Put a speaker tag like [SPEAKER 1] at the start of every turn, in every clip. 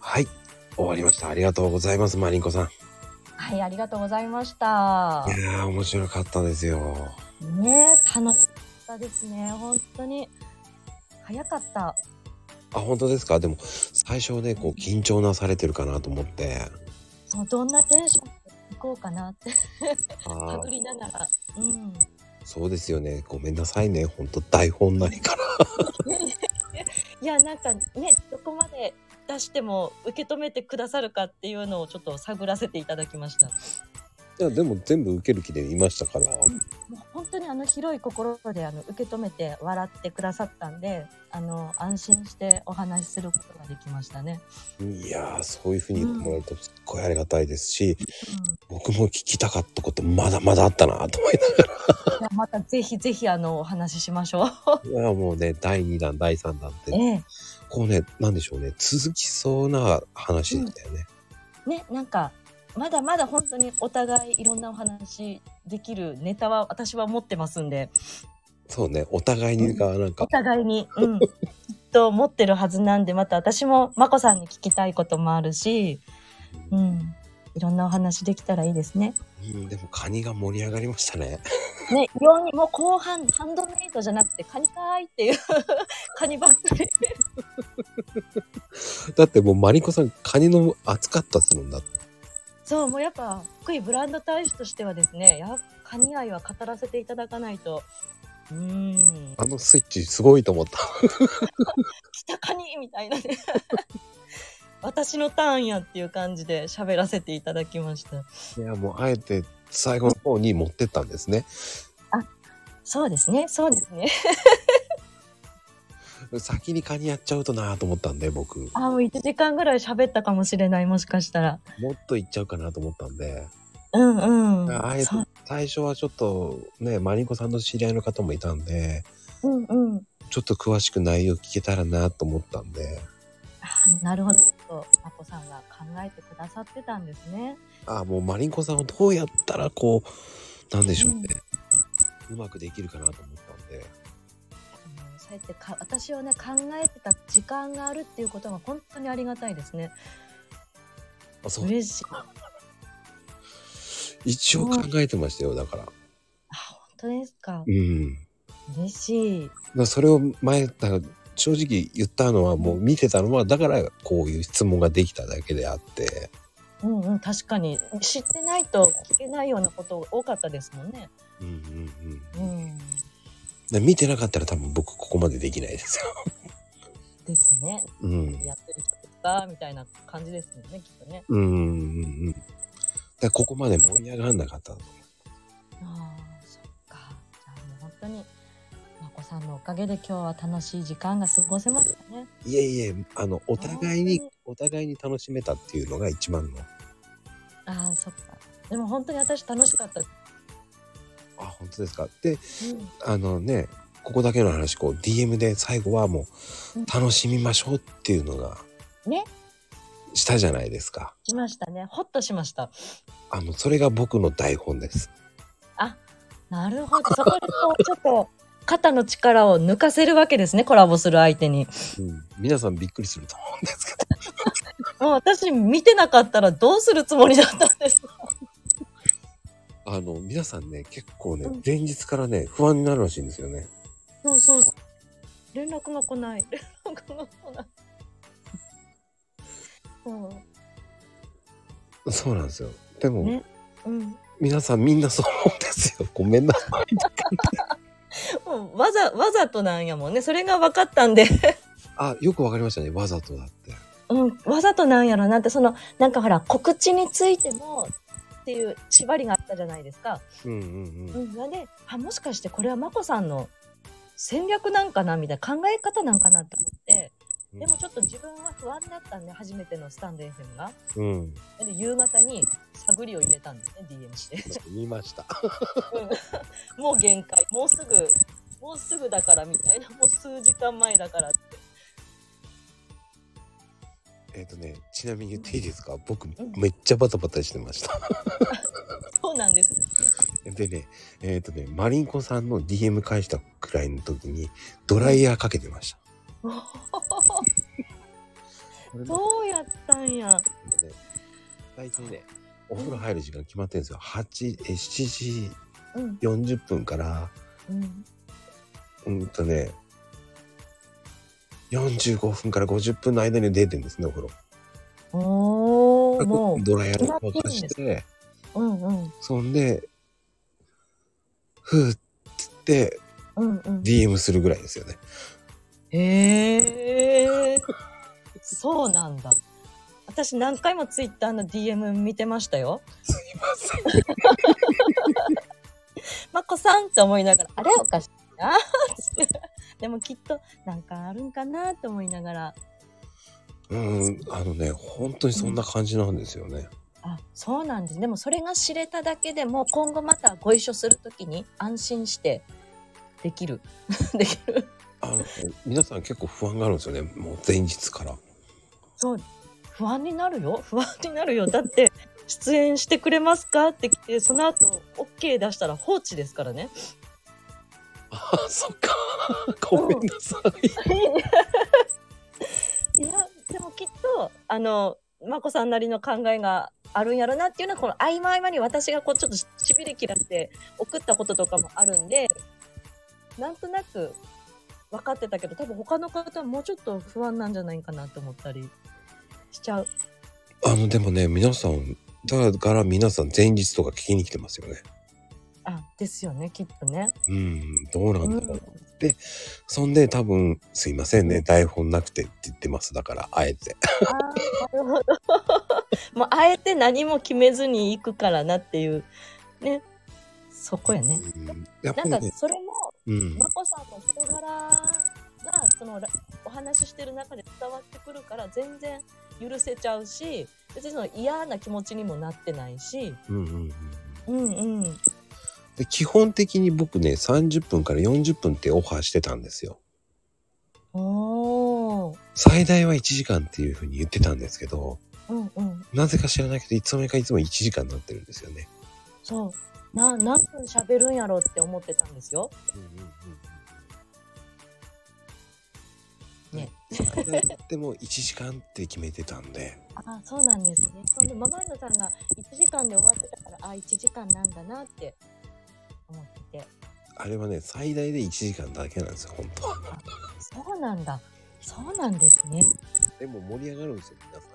[SPEAKER 1] はい。終わりました。ありがとうございます、マリンコさん。
[SPEAKER 2] はい、ありがとうございました。
[SPEAKER 1] いやー、面白かったですよ。
[SPEAKER 2] ねえ、楽しかったですね。本当に。早かった。
[SPEAKER 1] あ、本当ですかでも、最初ね、こう、緊張なされてるかなと思って。
[SPEAKER 2] そう、どんなテンションで行こうかなって、
[SPEAKER 1] あ
[SPEAKER 2] か
[SPEAKER 1] ー
[SPEAKER 2] ぶりながら。うん。
[SPEAKER 1] そうですよね。ごめんなさいね。本当台本ないから。
[SPEAKER 2] いや、なんかね、どこまで出しても受け止めてくださるかっていうのをちょっと探らせていただきました。も
[SPEAKER 1] いや、でも全部受ける気でいましたから。
[SPEAKER 2] う本当にあの広い心であの受け止めて笑ってくださったんで、あの安心してお話しすることができましたね。
[SPEAKER 1] いやー、そういうふうに言ってもらえるとすっごいありがたいですし、
[SPEAKER 2] うん。
[SPEAKER 1] 僕も聞きたかったことまだまだあったなと思い
[SPEAKER 2] いやまたぜひぜひあのお話ししましょう。
[SPEAKER 1] な がら、もうね、第2弾、第3弾って、
[SPEAKER 2] ええ。
[SPEAKER 1] こうね、なんでしょうね、続きそうな話でしたよね。
[SPEAKER 2] ね、なんかまだまだ本当にお互いいろんなお話できるネタは私は持ってますんで、
[SPEAKER 1] そうね、お互いにがなん
[SPEAKER 2] お
[SPEAKER 1] か、
[SPEAKER 2] 互いに、うん、きっと持ってるはずなんで、また私もまこさんに聞きたいこともあるし、うん、いろんなお話できたらいいですね。
[SPEAKER 1] うんでもカニが盛り上がりましたね。
[SPEAKER 2] ね、非常にもう後半ハンドメイドじゃなくてカニかーいっていう カニばっかり。
[SPEAKER 1] だってもうマリコさん、カニの熱かったですもんだって。
[SPEAKER 2] そう、もうやっぱ福井ブランド大使としてはですね、やっぱカニ愛は語らせていただかないと。うん、
[SPEAKER 1] あのスイッチすごいと思った。
[SPEAKER 2] 来たカニみたいなね。 私のターンやっていう感じで喋らせていただきました。
[SPEAKER 1] いや、もうあえて最後の方に持ってったんですね。
[SPEAKER 2] そうですね、そうですね。
[SPEAKER 1] 先にカニやっちゃうとなと思ったんで、僕。も
[SPEAKER 2] あ、もう1時間ぐらい喋ったかもしれない、もしかしたら。
[SPEAKER 1] っといっちゃうかなと思ったんで。
[SPEAKER 2] うんうん。
[SPEAKER 1] あえて
[SPEAKER 2] そう
[SPEAKER 1] 最初はちょっとね、マリンコさんの知り合いの方もいたんで、
[SPEAKER 2] うんうん。
[SPEAKER 1] ちょっと詳しく内容聞けたらなと思ったんで、
[SPEAKER 2] あなるほど。とまこさんが考えてくださってたんですね。
[SPEAKER 1] あもうマリンコさんをどうやったらこう、なんでしょうね、うまくできるかなと思ったんで、
[SPEAKER 2] うんそうやってか私をね考えてた時間があるっていうことが本当にありがたいですね。
[SPEAKER 1] あそう
[SPEAKER 2] 嬉しい。
[SPEAKER 1] 一応考えてましたよ、だから。
[SPEAKER 2] あ本当ですか
[SPEAKER 1] う。ん。
[SPEAKER 2] 嬉しい。
[SPEAKER 1] だからそれを前、だから正直言ったのはもう見てたのは、だからこういう質問ができただけであって、
[SPEAKER 2] うんうん確かに知ってないと聞けないようなこと多かったですもんね。
[SPEAKER 1] うんうん
[SPEAKER 2] う
[SPEAKER 1] うん。
[SPEAKER 2] ん。
[SPEAKER 1] で見てなかったら多分僕ここまでできないですよ。
[SPEAKER 2] ですね。
[SPEAKER 1] うん。
[SPEAKER 2] やってる人ですかみたいな感じですもんねきっとね。
[SPEAKER 1] うんうんうんうん。だからここまで盛り上がらなかった。
[SPEAKER 2] ああそっか。じゃあもう本当にまこさんのおかげで今日は楽しい時間が過ごせましたね。
[SPEAKER 1] いえいえ、あの、お互いに
[SPEAKER 2] 本、
[SPEAKER 1] お互いに楽しめたっていうのが一番の。
[SPEAKER 2] ああそっか。でも本当に私楽しかった。
[SPEAKER 1] あ、本当ですか。で、
[SPEAKER 2] うん
[SPEAKER 1] あのね、ここだけの話、こう、DM で最後はも
[SPEAKER 2] うん
[SPEAKER 1] う、楽しみましょうっていうのが、
[SPEAKER 2] ね。
[SPEAKER 1] したじゃないですか。
[SPEAKER 2] しましたね。ほっとしました。
[SPEAKER 1] あの、それが僕の台本です。
[SPEAKER 2] なるほど。そこでこう、ちょっと、肩の力を抜かせるわけですね、コラボする相手に。
[SPEAKER 1] うん、皆さんびっくりすると思うんですけど。
[SPEAKER 2] もう私見てなかったらどうするつもりだったんですか
[SPEAKER 1] あの、皆さんね、結構ね
[SPEAKER 2] うん、
[SPEAKER 1] 前日からね、不安になるらしいんですよね。
[SPEAKER 2] そうそうそう。連絡が来ない。連絡が来ない。そ
[SPEAKER 1] そうなんですよ。でも、
[SPEAKER 2] ねう。うん。
[SPEAKER 1] 皆さんみんなそう思うんですよ。 ごめんなさい。
[SPEAKER 2] もうわざ、わざとなんやもんね。それが分かったんで。
[SPEAKER 1] あ、よくわかりましたね。わざとだって。
[SPEAKER 2] うん、わざとなんやろなって、その、なんかほら、告知についても、っていう縛りがあったじゃないですか。
[SPEAKER 1] うんうんうん。
[SPEAKER 2] うん、なんであもしかしてこれは眞子さんの戦略なんかなみたいな考え方なんかなって思ってでもちょっと自分は不安だったんで初めてのスタンド FM が
[SPEAKER 1] うん。
[SPEAKER 2] で夕方に探りを入れたんですね DM して
[SPEAKER 1] 見ました。
[SPEAKER 2] もう限界もうすぐもうすぐだからみたいな もう数時間前だからって
[SPEAKER 1] えっとね、ちなみに言っていいですか僕
[SPEAKER 2] ん
[SPEAKER 1] めっちゃバタバタしてました。
[SPEAKER 2] そうなんです
[SPEAKER 1] でね、えっ、とね、マリンコさんの DM 返したくらいの時に、ドライヤーかけてました。これね
[SPEAKER 2] どうやったんや。
[SPEAKER 1] なんかね大体ね、お風呂入る時間決まってるんですよ。8、え7時
[SPEAKER 2] うん。
[SPEAKER 1] 40分から、
[SPEAKER 2] うん。
[SPEAKER 1] うんとね、45分から50分の間に出てるんですね、お風呂。
[SPEAKER 2] おー、も
[SPEAKER 1] ドライヤーの方を出して、
[SPEAKER 2] う。うんうん。
[SPEAKER 1] そんで、ふーっつって
[SPEAKER 2] うんうん。
[SPEAKER 1] DM するぐらいですよね。
[SPEAKER 2] へえ。そうなんだ。私何回もツイッターの DM 見てましたよ。
[SPEAKER 1] すいません。
[SPEAKER 2] まこさんって思いながら、あれおかしいな ーって。でもきっとなんかあるんかなと思いながら。
[SPEAKER 1] うん、あのね、本当にそんな感じなんですよね。
[SPEAKER 2] あ、そうなんです。でもそれが知れただけでも今後またご一緒するときに安心してできる。 できる。
[SPEAKER 1] あの、皆さん結構不安があるんですよね。もう前日から。
[SPEAKER 2] そう不安になるよ不安になるよだって出演してくれますかって来てその後 OK 出したら放置ですからね
[SPEAKER 1] あ、そっか。 ごめんなさい。
[SPEAKER 2] いやでもきっとあの眞子さんなりの考えがあるんやろなっていうのはこの合間合間に私がこうちょっとししびれ切らして送ったこととかもあるんでなんとなく分かってたけど多分他の方はもうちょっと不安なんじゃないかなと思ったりしちゃう
[SPEAKER 1] あの、でもね、皆さん、だから皆さん前日とか聞きに来てますよね。
[SPEAKER 2] あですよねきっとね。
[SPEAKER 1] うん、どうなんだろう。
[SPEAKER 2] うん
[SPEAKER 1] そんで多分、すいませんね、台本なくてって言ってます。だから、あえて。
[SPEAKER 2] あーなるほど もうあえて何も決めずに行くからなっていうねそこやね
[SPEAKER 1] うん、やっぱ
[SPEAKER 2] なん
[SPEAKER 1] りね、
[SPEAKER 2] かそれも
[SPEAKER 1] うん
[SPEAKER 2] 眞、子さんの人柄がそのらお話ししてる中で伝わってくるから全然許せちゃうし別にその嫌な気持ちにもなってないし
[SPEAKER 1] うん、うん、うん。
[SPEAKER 2] うんうん
[SPEAKER 1] で、基本的に僕ね、30分から40分ってオファーしてたんですよ。
[SPEAKER 2] おー
[SPEAKER 1] 最大は1時間っていうふうに言ってたんですけど、
[SPEAKER 2] うんうん
[SPEAKER 1] なぜか知らないけど、いつの間にかいつも1時間になってるんですよね。
[SPEAKER 2] そうな何分喋るんやろって思ってたんですよね
[SPEAKER 1] 最大でも1時間って決めてたんで、
[SPEAKER 2] あそうなんですね。そのママイノさんが1時間で終わってたから、あ、1時間なんだなって思ってて。
[SPEAKER 1] あれはね、最大で1時間だけなんですよ、本 当は。
[SPEAKER 2] そうなんだ。そうなんですね。
[SPEAKER 1] でも盛り上がるんですよ、皆さん。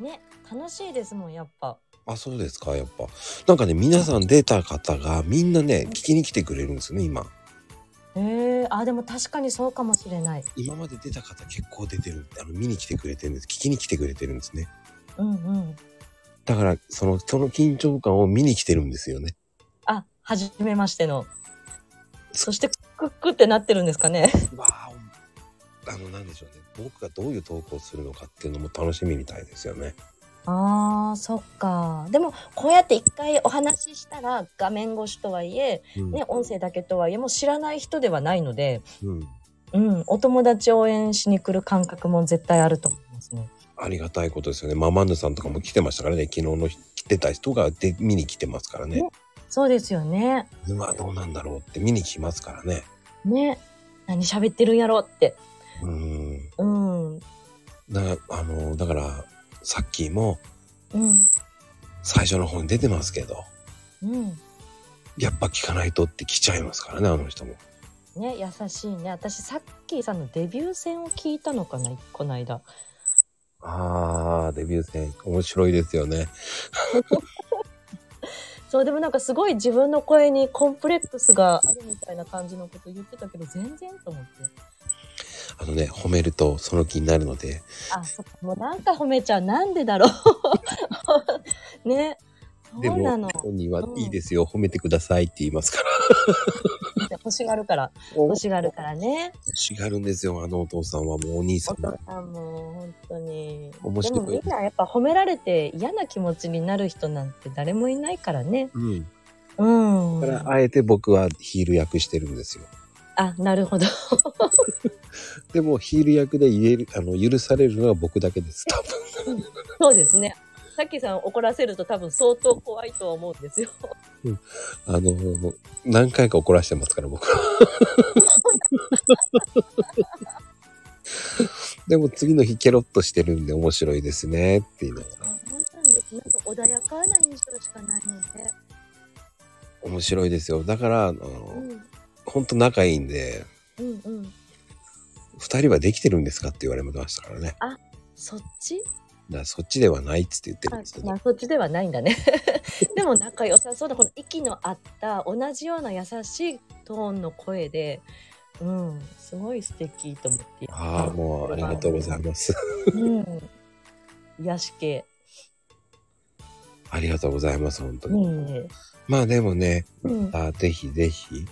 [SPEAKER 1] みん
[SPEAKER 2] ね、楽しいですもん、やっぱ。
[SPEAKER 1] なあ、そうですか、やっぱ。なんかね、皆さん出た方がみんなね、聞きに来てくれるんですよね、今。
[SPEAKER 2] へえあ、でも確かにそうかもしれない。
[SPEAKER 1] 今まで出た方結構出てる、あの見に来てくれてるんです。聞きに来てくれてるんですね。
[SPEAKER 2] うんうん。
[SPEAKER 1] だから、その、その緊張感を見に来てるんですよね。
[SPEAKER 2] あ、はじめましての。そして、クックってなってるんですかね。
[SPEAKER 1] わあ、あの、なんでしょうね。僕がどういう投稿をするのかっていうのも楽しみみたいですよね。
[SPEAKER 2] あー、そっか。でも、こうやって一回お話ししたら、画面越しとはいえ、
[SPEAKER 1] うん
[SPEAKER 2] ね、音声だけとはいえ、もう知らない人ではないので、
[SPEAKER 1] うん。
[SPEAKER 2] うん、お友達応援しに来る感覚も絶対あると思いますね。
[SPEAKER 1] ありがたいことですよね。ママンヌさんとかも来てましたからね。昨日の日来てた人がで見に来てますからね
[SPEAKER 2] ね。そうですよね。
[SPEAKER 1] うわ、どうなんだろうって見に来ますからね。
[SPEAKER 2] ね。何喋ってるんやろって。
[SPEAKER 1] うん。
[SPEAKER 2] うん。うん。
[SPEAKER 1] だあの、だから、さっきも最初の方に出てますけど、
[SPEAKER 2] うん。
[SPEAKER 1] やっぱ聞かないとって来ちゃいますからね、あの人も。
[SPEAKER 2] ね、優しいね。私、さっきさんのデビュー戦を聞いたのかな、この間。
[SPEAKER 1] あー、デビュー戦、面白いですよね。
[SPEAKER 2] そう、でもなんかすごい自分の声にコンプレックスがあるみたいな感じのこと言ってたけど、全然と思って。
[SPEAKER 1] あのね、褒めるとその気になるので、
[SPEAKER 2] あ、そっか、もうなんか褒めちゃう。なんでだろう。 ね。
[SPEAKER 1] で
[SPEAKER 2] そうなの
[SPEAKER 1] も。、本人はいいですよ、褒めてくださいって言いますから。
[SPEAKER 2] 欲しがるから。欲
[SPEAKER 1] 欲
[SPEAKER 2] しがるからね。
[SPEAKER 1] しがるんですよ、あのお父さんはもうお兄さ
[SPEAKER 2] お
[SPEAKER 1] んも
[SPEAKER 2] 父。さんも本当に。
[SPEAKER 1] 面
[SPEAKER 2] で
[SPEAKER 1] 白
[SPEAKER 2] もみ
[SPEAKER 1] い
[SPEAKER 2] ん。なやっぱ褒められて嫌な気持ちになる人なんて誰もいないからね。
[SPEAKER 1] うん。
[SPEAKER 2] うん
[SPEAKER 1] だか。ら、あえて僕はヒール役してるんですよ。
[SPEAKER 2] あ、なるほど。
[SPEAKER 1] で も、ヒール役で言える、あの、許されるのは僕だけです、多分。
[SPEAKER 2] そうですね。さっきさん怒らせると多分相当怖いとは思うんですよ。
[SPEAKER 1] あの、何回か怒らせてますから、僕 は。でも次の日ケロッとしてるんで面白いですねって言いながら
[SPEAKER 2] そうなんです。なんか穏やかな印象しかないので。
[SPEAKER 1] 面白いですよだからあの
[SPEAKER 2] うん。
[SPEAKER 1] 本当仲いいんで
[SPEAKER 2] うんうん。
[SPEAKER 1] 2人はできてるんですかって言われましたからね
[SPEAKER 2] そっち
[SPEAKER 1] だからそっちではないっつって言ってるん
[SPEAKER 2] あ
[SPEAKER 1] ですけど、
[SPEAKER 2] まあ、そっちではないん だね。でも仲良さそうな、この息の合った、同じような優しいトーンの声で、うん、すごい素敵と思って。
[SPEAKER 1] ああもうありがとうございます
[SPEAKER 2] うん。癒し系。
[SPEAKER 1] ありがとうございます本当
[SPEAKER 2] う
[SPEAKER 1] に、
[SPEAKER 2] ん。
[SPEAKER 1] まあでもね
[SPEAKER 2] うん。
[SPEAKER 1] あぜひぜひ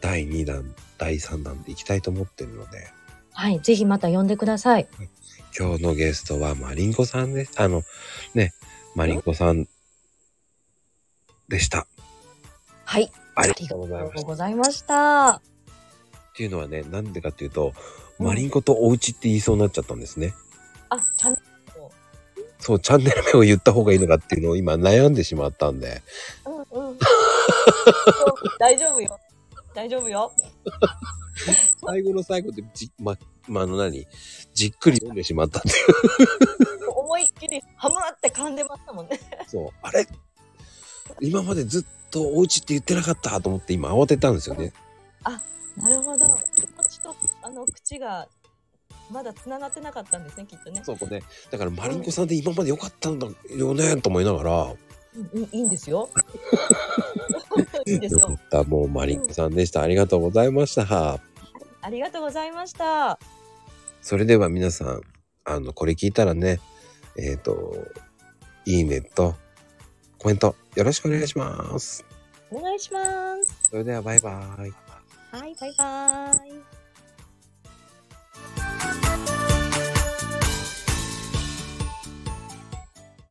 [SPEAKER 1] 第2弾第3弾でいきたいと思ってるので
[SPEAKER 2] はい、ぜひまた呼んでください。
[SPEAKER 1] 今日のゲストはマリンコさんですあのねマリンコさんでした
[SPEAKER 2] はい。
[SPEAKER 1] ありがとうござい
[SPEAKER 2] あり
[SPEAKER 1] ま
[SPEAKER 2] が
[SPEAKER 1] し
[SPEAKER 2] とう
[SPEAKER 1] た
[SPEAKER 2] ございました。
[SPEAKER 1] っていうのはねなんでかっていうと
[SPEAKER 2] うん
[SPEAKER 1] マリンコとお家って言いそうになっちゃったんですね
[SPEAKER 2] あ、ちゃんと。
[SPEAKER 1] そう、チャンネル名を言った方がいいのかっていうのを今悩んでしまったんで。
[SPEAKER 2] うんうん。大丈夫よ。大丈夫よ。
[SPEAKER 1] 最後の最後でじ、ま、まあ、あの何じっくり読んでしまったって い
[SPEAKER 2] 思いっきりハマって噛んでましたもんね。
[SPEAKER 1] う。そう、あれ今までずっとお家って言ってなかったと思って今慌てたんですよね。
[SPEAKER 2] なるほど。気持ちとあの口がまだ繋がってなかったんですね、きっとね。
[SPEAKER 1] そこで。だから、マリンコさんで今まで良かったんだよね、と思いながら。
[SPEAKER 2] うん、いいいいんですよ。 いいんです
[SPEAKER 1] よか
[SPEAKER 2] よ。
[SPEAKER 1] った。もうマリンコさんでした。ありがとうございました。
[SPEAKER 2] ありがとうございました。
[SPEAKER 1] それでは皆さん、あの、これ聞いたらね、えっ、と、いいねと、コメントよろしくお願いします。
[SPEAKER 2] お願いします。
[SPEAKER 1] それではバイバイ。
[SPEAKER 2] はい、バイバーイ。